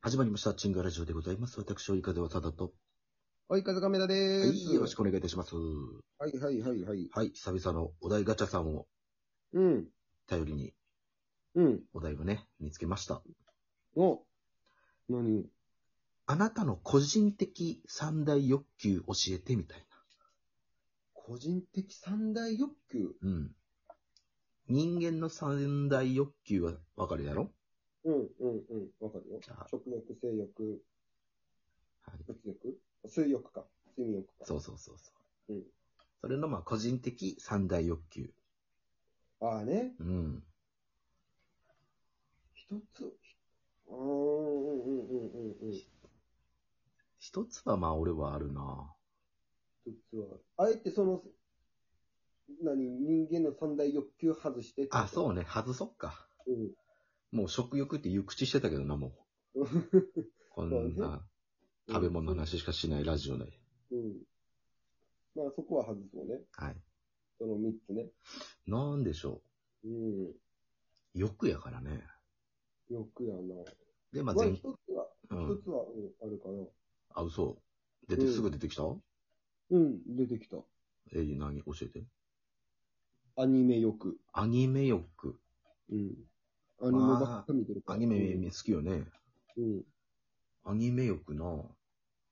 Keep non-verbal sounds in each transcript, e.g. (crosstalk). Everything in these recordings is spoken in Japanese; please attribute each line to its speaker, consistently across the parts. Speaker 1: 始まりました。チンガラジオでございます。私、及川ではただと。
Speaker 2: はい、風亀田
Speaker 1: は
Speaker 2: でーす。
Speaker 1: い、よろしくお願いいたします。
Speaker 2: はい、はい、はい、はい。
Speaker 1: はい、久々のお題ガチャさんを
Speaker 2: うん、
Speaker 1: 頼りに、
Speaker 2: うん。
Speaker 1: お題をね、見つけました。
Speaker 2: お何
Speaker 1: あなたの個人的三大欲求教えてみたい
Speaker 2: 個人的三大欲求
Speaker 1: な。うん。人間の三大欲求はわかるやろ
Speaker 2: うん、うん、うん。わかるよ
Speaker 1: じゃあ。
Speaker 2: 食欲、性欲、
Speaker 1: はい。
Speaker 2: 物欲水欲か。睡眠欲か。
Speaker 1: そうそうそうそう。
Speaker 2: うん
Speaker 1: それの、まあ、個人的三大欲求。
Speaker 2: ああね。
Speaker 1: うん。
Speaker 2: 一つ。あーうん、うん、うん、うん、うん。一
Speaker 1: 一つは、まあ、俺はあるな
Speaker 2: つは。あえてその、何人間の三大欲求外して。
Speaker 1: あ、そううね。外そっか。
Speaker 2: うん。
Speaker 1: もう食欲って言う口してたけどな、もう。こん
Speaker 2: そう
Speaker 1: な食べ物の話しかしないラジオで。
Speaker 2: うん。まあそこは外そうね。
Speaker 1: はい。
Speaker 2: その三つね。
Speaker 1: なんでしょ
Speaker 2: うん。
Speaker 1: う。欲やからね。
Speaker 2: 欲やな。
Speaker 1: で、まあ
Speaker 2: まあ、
Speaker 1: 全
Speaker 2: 一、つは、
Speaker 1: う
Speaker 2: 一
Speaker 1: ん。
Speaker 2: つは、うん、あるかな。
Speaker 1: あ、嘘。出て、
Speaker 2: うん
Speaker 1: すぐ出てきた
Speaker 2: うん、出てきた。
Speaker 1: えー、何教えて。
Speaker 2: アニメ欲。
Speaker 1: アニメ欲。
Speaker 2: うん。アニメばっか見てるか
Speaker 1: ア
Speaker 2: ら。
Speaker 1: ニメ
Speaker 2: うん。
Speaker 1: 好きよね。
Speaker 2: うん
Speaker 1: アニメ欲な。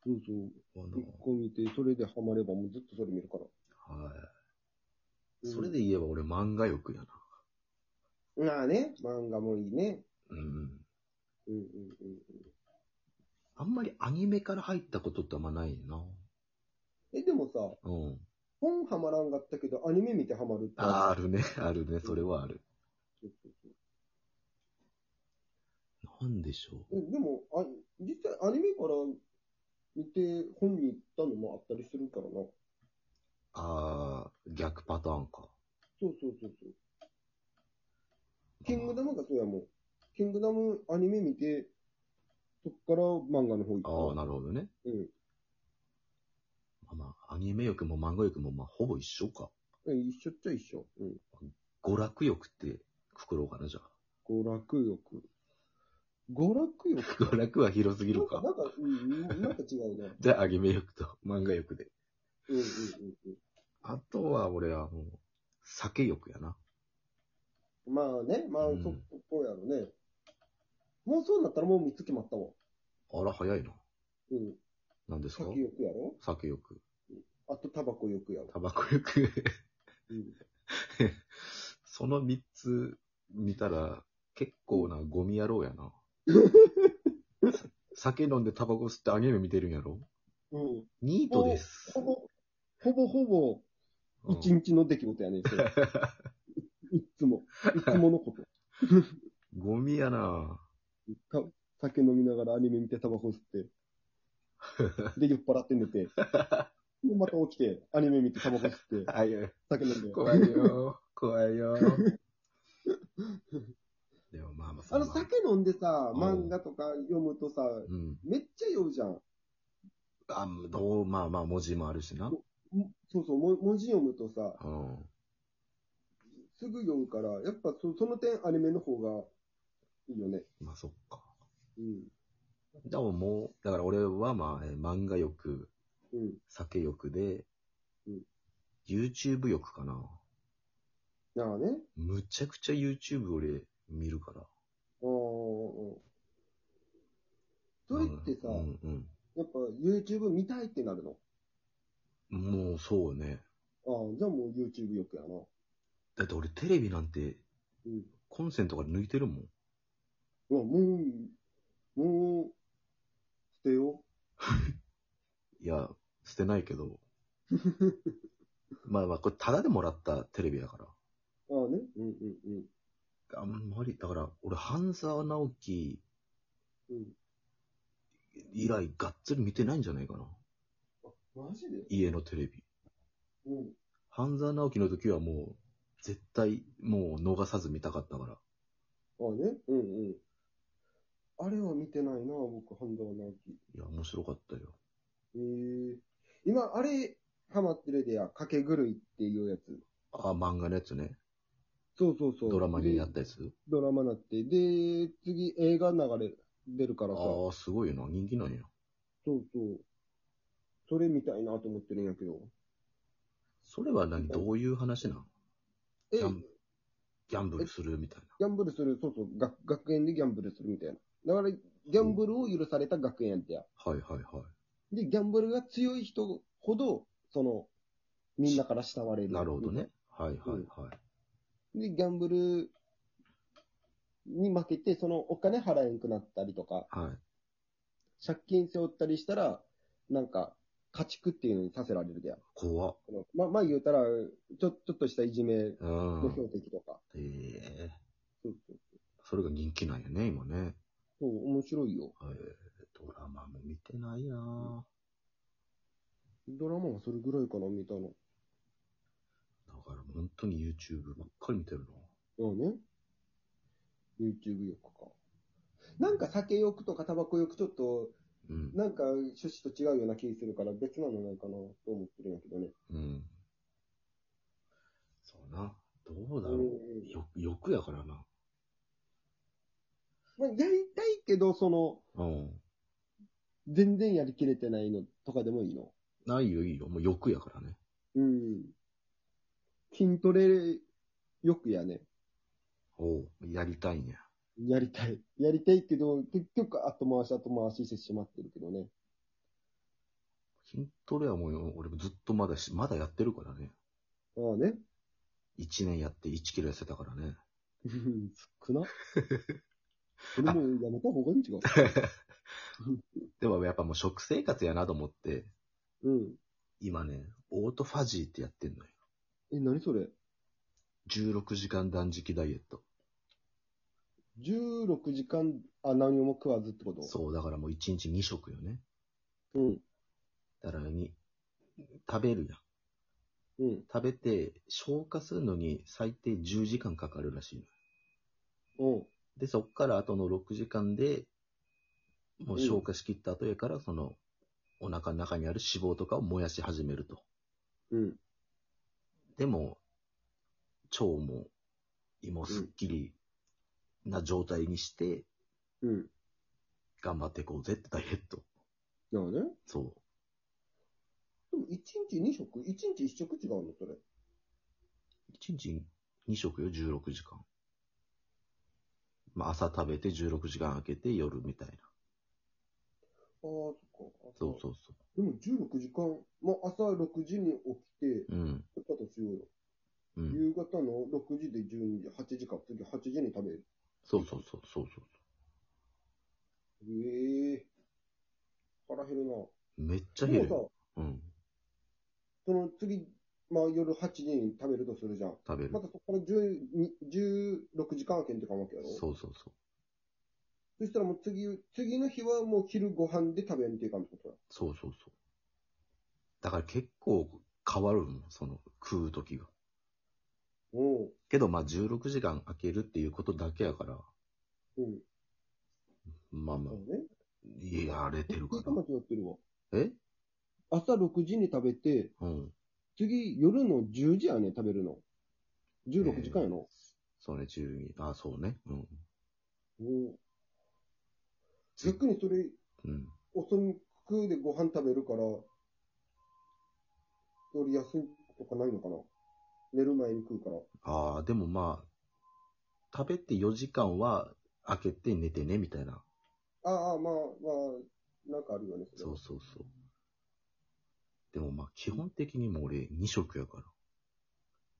Speaker 2: そうそう。
Speaker 1: こ
Speaker 2: 一個見て、それでハマればもうずっとそれ見るから。
Speaker 1: のは
Speaker 2: う
Speaker 1: い。
Speaker 2: ん
Speaker 1: それで言えば俺漫画欲やな。
Speaker 2: まあね、漫画もいいね。
Speaker 1: うん。
Speaker 2: うんうん
Speaker 1: あんまりアニメから入ったことってあんまないな。
Speaker 2: うん。え、でもさ、
Speaker 1: うん。
Speaker 2: 本ハマらんかったけど、アニメ見てハマるって。
Speaker 1: あーあるね、 (laughs) あるね、それはある。
Speaker 2: そうそうそう
Speaker 1: なんでしょう。
Speaker 2: うんでもあ、実際アニメから見て本に行ったのもあったりするからな。
Speaker 1: ああ、逆パターンか。
Speaker 2: そうそうそうそう。キングダムがそうやもん。キングダムアニメ見て、そっから漫画の方行った。
Speaker 1: ああ、なるほどね。
Speaker 2: うん
Speaker 1: まあまあ、アニメ欲も漫画欲も、まあ、ほぼ一緒か。
Speaker 2: うん。一緒っちゃ一緒。うん。
Speaker 1: 娯楽欲って、くくろうかな、じゃあ。 (laughs)
Speaker 2: 娯楽欲。娯楽欲
Speaker 1: 娯楽は広すぎ
Speaker 2: な
Speaker 1: る
Speaker 2: んか、
Speaker 1: か。
Speaker 2: なんか、うん、なんか違うね。
Speaker 1: じゃあ、アニメ欲と漫画欲で。
Speaker 2: うんうん
Speaker 1: あとは、俺はもう、酒欲やな。
Speaker 2: うんうん。まあね、まあ、
Speaker 1: うん
Speaker 2: そこやろね。もうそうなったらもう三つ決まったわ。
Speaker 1: あら、早いな。
Speaker 2: うん。
Speaker 1: 何ですか
Speaker 2: 酒欲やろ
Speaker 1: 酒欲。
Speaker 2: あとタバコ欲やろ。
Speaker 1: タバコ欲。 (laughs)
Speaker 2: うん。
Speaker 1: その三つ見たら、結構なゴミ野郎や
Speaker 2: (laughs)
Speaker 1: な。酒飲んでタバコ吸ってアニメ見てるんやろ
Speaker 2: うん。
Speaker 1: ニートです。
Speaker 2: ほぼ、ほぼほぼ、
Speaker 1: うん
Speaker 2: 一日の出来事やね、
Speaker 1: (laughs)
Speaker 2: それ。いっつも。いっつものこと。
Speaker 1: ゴミやな
Speaker 2: た酒飲みながらアニメ見てタバコ吸って。で、酔っ払って寝て。で、また起きて、アニメ見てタバコ吸って、
Speaker 1: あいや
Speaker 2: 酒飲んで。
Speaker 1: 怖いよ。怖いよ。 (laughs) でもまあまあ
Speaker 2: あの、
Speaker 1: ま
Speaker 2: 酒飲んでさ、
Speaker 1: うん
Speaker 2: 漫画とか読むとさ、
Speaker 1: うん。
Speaker 2: めっちゃ酔うじゃん。
Speaker 1: あ、どう、まあまあ文字もあるしな。
Speaker 2: もそうそう、も文字読むとさ、
Speaker 1: うん。
Speaker 2: すぐ酔うから、やっぱそその点アニメの方がいいよね。
Speaker 1: まあそっか。
Speaker 2: うん。
Speaker 1: でももう、だから俺はまあ、えー漫画欲、
Speaker 2: うん。
Speaker 1: 酒欲で、
Speaker 2: うん、
Speaker 1: YouTube 欲かな。
Speaker 2: なあね。
Speaker 1: むちゃくちゃ YouTube 俺見るから。
Speaker 2: あーそれってさ、
Speaker 1: うんうん。
Speaker 2: やっぱ YouTube 見たいってなるの
Speaker 1: もうそうね。
Speaker 2: ああ、じゃあもう YouTube 欲やな。
Speaker 1: だって俺テレビなんて
Speaker 2: うん。
Speaker 1: コンセントから抜いてるもん。
Speaker 2: うわもう、もう、捨てよ
Speaker 1: いや、捨てないけ
Speaker 2: (laughs)
Speaker 1: ど。まあまあ、これタダでもらったテレビだか
Speaker 2: う。ああね。うんうんうん。
Speaker 1: ら。あんまり、だから、俺、半沢直樹
Speaker 2: うん。
Speaker 1: 以来、がっつり見てないんじゃないかな。
Speaker 2: あ、マジで
Speaker 1: 家のテレビ。
Speaker 2: うん。
Speaker 1: 半沢直樹の時はもう、絶対、もう逃さず見たかったから。
Speaker 2: ああね。うんうん。あれは見てないな、僕、ハンダは直樹。
Speaker 1: いや、面白かったよ。
Speaker 2: ええ今、あれ、ハマってるでや、かけ狂いっていうやつ。
Speaker 1: あ、漫画のやつね。
Speaker 2: そうそうそう。
Speaker 1: ドラマにや
Speaker 2: で
Speaker 1: ったやつ。
Speaker 2: ドラマなって。で、次、映画流れる。出るからさ、そ
Speaker 1: ああ、すごいな。人気なんや。
Speaker 2: うそう。それ見たいなと思ってるんやけど。
Speaker 1: それは何どういう話なの
Speaker 2: え、
Speaker 1: ギ
Speaker 2: ギ
Speaker 1: ャンギャンブルするみたい
Speaker 2: ャンブルする、そうそう、学学園でギャンブルするみたいな。だから、ギャンブルを許された学園やってや。
Speaker 1: な。はいはいは
Speaker 2: で、ギャンブルが強い人ほど、その、みんなから慕われ
Speaker 1: い。
Speaker 2: る。
Speaker 1: なるほどね。。はいはいはい。
Speaker 2: で、ギャンブルに負けて、そのお金払えんくなったりとか、
Speaker 1: はい。
Speaker 2: 借金背負ったりしたら、なんか、家畜っていうのにさせられるでや。
Speaker 1: 怖っ。
Speaker 2: そのま、まあ言うたら、ちょ、ちょっとしたいじめの
Speaker 1: うん。
Speaker 2: (laughs) 標的とか。
Speaker 1: ええ
Speaker 2: そうそう
Speaker 1: それが人気なんやね、今ね。
Speaker 2: そう、面白いよ。
Speaker 1: ええドラマも見てないなぁ
Speaker 2: ドラマはそれぐらいかな、見たの。
Speaker 1: だから本当に YouTube ばっかり見てる
Speaker 2: うんね。YouTube 欲か。なんか酒欲とかタバコ欲ちょっと、
Speaker 1: なうん。
Speaker 2: なんか趣旨と違うような気するから別なのないかなと思ってるんやけどね。
Speaker 1: うん。そうな。どうだろう。
Speaker 2: うん
Speaker 1: よ、欲やからな。
Speaker 2: まあ、やりたいけど、その、
Speaker 1: うん。
Speaker 2: 全然やりきれてないのとかでもいいの。
Speaker 1: ないよいいよ。もう欲やからね。
Speaker 2: うん。筋トレよくやね。
Speaker 1: おうやりたいんや。
Speaker 2: やりたい。やりたいけど、結局後回し後回ししてしまってるけどね。
Speaker 1: 筋トレはもう俺もずっとまだし、まだやってるからね。
Speaker 2: ああね。
Speaker 1: 1年やって1キロ痩せたからね。
Speaker 2: うん少
Speaker 1: (laughs)
Speaker 2: な。それもやめた方がいいん違う。
Speaker 1: でもやっぱもう食生活やなと思って、
Speaker 2: うん。
Speaker 1: 今ね、オートファジーってやってんのよ。
Speaker 2: え、何それ
Speaker 1: 16時間断食ダイエット。
Speaker 2: ?16 時間、あ、何も食わずってこと
Speaker 1: そう、だからもう1日2食よね。
Speaker 2: う。うん。
Speaker 1: だからに、食べるやん。
Speaker 2: うん。
Speaker 1: 食べて、消化するのに最低10時間かかるらしいのよ。
Speaker 2: うん。
Speaker 1: で、そっからあとの6時間で、もう消化しきった後やから、その、お腹の中にある脂肪とかを燃やし始めると。
Speaker 2: うん。
Speaker 1: でも、腸も胃もすっきりな状態にして、
Speaker 2: うん。
Speaker 1: 頑張っていこうぜってダイエット。
Speaker 2: だからね。
Speaker 1: そ
Speaker 2: でも1日2食 ?1 日1食違うのそれ。
Speaker 1: う。1日2食よ、16時間。まあ、朝食べて16時間空けて夜みたいな。
Speaker 2: ああ、そっか。
Speaker 1: そうそうそ
Speaker 2: でも16時間、まあ、朝6時に起きて、
Speaker 1: う。うん。
Speaker 2: だとしようよ。
Speaker 1: うん。
Speaker 2: 夕方の6時で12時、8時か、次8時に食べる。
Speaker 1: そうそうそうそうそう。
Speaker 2: ええ腹減るな。
Speaker 1: めっちゃ減
Speaker 2: で
Speaker 1: る。
Speaker 2: も
Speaker 1: うん。
Speaker 2: さ、その次、まあ夜8時に食べるとするじゃん。
Speaker 1: 食べる
Speaker 2: ま。たそこから12 16時間空けんってかわけやろ
Speaker 1: そうそうそう。
Speaker 2: そしたらもう次、次の日はもう昼ご飯で食べんっていう感じことや。
Speaker 1: そうそうそう。だから結構変わるもん、その食う時が。
Speaker 2: おう
Speaker 1: けどまあ16時間空けるっていうことだけやから、
Speaker 2: うん。
Speaker 1: まあまあ
Speaker 2: そう、ね。
Speaker 1: やれてるか
Speaker 2: 間
Speaker 1: ら。
Speaker 2: 違ってるわ。
Speaker 1: え
Speaker 2: 朝6時に食べて、
Speaker 1: うん。
Speaker 2: 次夜の10時やね、食べるの。16時間やの。
Speaker 1: そうね、12。あ、そうね。うん。
Speaker 2: おう逆にそれ、
Speaker 1: うん。
Speaker 2: 遅くでご飯食べるから、夜休みとかないのかな寝る前に食うから。
Speaker 1: ああ、でもまあ、食べて4時間は空けて寝てね、みたいな。
Speaker 2: ああ、まあまあ、なんかあるよね、それ
Speaker 1: そ
Speaker 2: は
Speaker 1: うそうそう。でもまあ、基本的にもう俺2食やか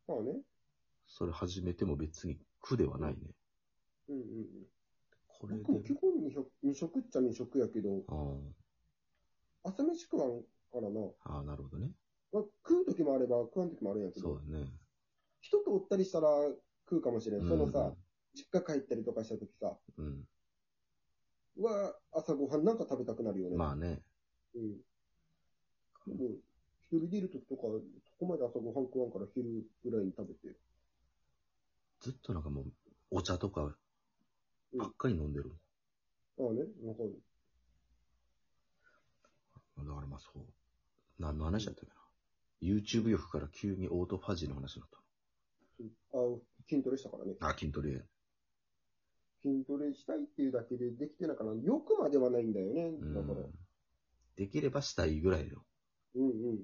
Speaker 1: ら。
Speaker 2: まあね。
Speaker 1: それ始めても別に苦ではないね。
Speaker 2: うんうん
Speaker 1: こ
Speaker 2: う
Speaker 1: れ
Speaker 2: ん。僕も基
Speaker 1: で。
Speaker 2: 本2食二食っちゃ2食やけど、
Speaker 1: あ
Speaker 2: 朝飯食わんからな。
Speaker 1: あああ、なるほどね。
Speaker 2: まあ、食う時もあれば食わん時もあるんやけ
Speaker 1: そ
Speaker 2: ど、
Speaker 1: うだね。
Speaker 2: 人とおったりしたら食うかもしれん。そのさ、実家帰ったりとかした時さ、
Speaker 1: うん。
Speaker 2: うわ、朝ご飯なんか食べたくなるよ
Speaker 1: う
Speaker 2: ね。
Speaker 1: ん。まあね。
Speaker 2: うん。でも、一人でいるときとか、そこまで朝ごはん食わんから昼ぐらいに食べて。
Speaker 1: ずっとなんかもう、お茶とか、ばっかり飲んでる。
Speaker 2: ああね、わかる。
Speaker 1: だからまあそう。何の話だったっけな。YouTube 欲から急にオートファジーの話になっ
Speaker 2: ああ、筋トレしたからね。
Speaker 1: たの。あ、筋トレ。
Speaker 2: 筋トレしたいっていうだけでできてなかな。よくまではないんだよね。
Speaker 1: うん
Speaker 2: だから。
Speaker 1: できればしたいぐらいよ。
Speaker 2: うんうんうん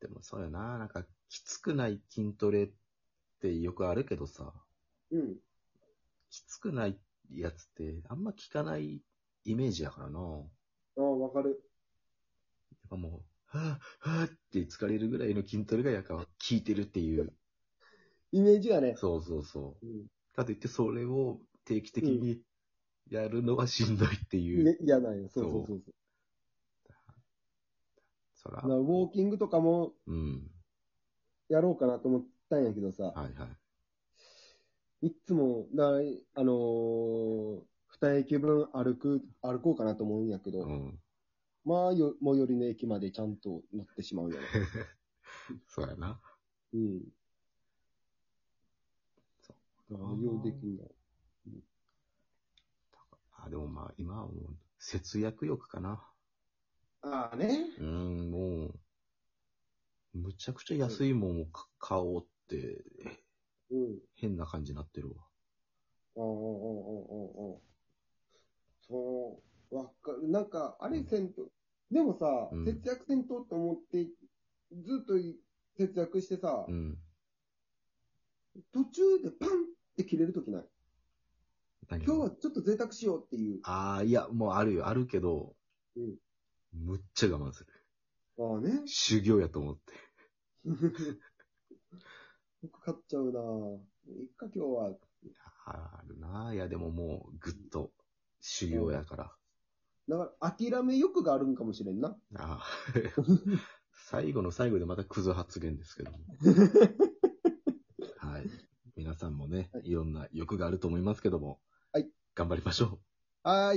Speaker 1: でもそうやな、なんか、きつくない筋トレってよくあるけどさ、
Speaker 2: うん。うん。
Speaker 1: きつくないやつってあんま効かないイメージやからな。なん
Speaker 2: ああ、わかる。
Speaker 1: かもう、はぁ、はぁって疲れるぐらいの筋トレがやから効いてるっていう。
Speaker 2: イメージがね。
Speaker 1: そうそうそうう。かといってそれを定期的にやるのはしんどいってい
Speaker 2: ん。
Speaker 1: う。
Speaker 2: ね嫌なんよ。そうそうそうそう。
Speaker 1: そら
Speaker 2: だか。らウォーキングとかも
Speaker 1: うん。
Speaker 2: やろうかなと思ったんやけどさ。
Speaker 1: はいはい。
Speaker 2: いつも、だあのー、二駅分歩く、歩こうかなと思うんやけど、
Speaker 1: うん。
Speaker 2: まあ、よ、最寄りの駅までちゃんと乗ってしまうよね。 (laughs)
Speaker 1: そうやな。
Speaker 2: うん。
Speaker 1: そ
Speaker 2: 利用できんない。
Speaker 1: あ、でもまあ今はもう節約欲かな。
Speaker 2: ああね。
Speaker 1: うん、もう、むちゃくちゃ安いもんをか買おうって、
Speaker 2: うん。
Speaker 1: 変な感じになってるわ。
Speaker 2: ああ、ああ、ああ、ああ。そう、わかる。なんか、あれせんと、でもさ、
Speaker 1: うん
Speaker 2: 節約せんとって思って、ずっとい節約してさ、
Speaker 1: うん。
Speaker 2: 途中でパンって切れるときない。
Speaker 1: 何
Speaker 2: 今日はちょっと贅沢しようっていう。
Speaker 1: ああ、いや、もうあるよ、あるけど、
Speaker 2: うん
Speaker 1: むっちゃ我慢する。
Speaker 2: ああね。
Speaker 1: 修行やと思って。
Speaker 2: 僕買っちゃうなぁ。いっか、今日は。
Speaker 1: あるな。いや、でももう、ぐっと、修行やから。
Speaker 2: だから、諦め欲があるんかもしれんな。
Speaker 1: あー最後の最後でまたクズ発言ですけ
Speaker 2: (laughs)
Speaker 1: ども。はい。皆さんもね、いろんな欲があると思いますけども、
Speaker 2: はい
Speaker 1: 頑張りましょう。
Speaker 2: はーい。